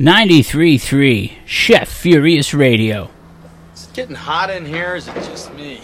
93.3 Chef Furious Radio. It's getting hot in here. Is it just me?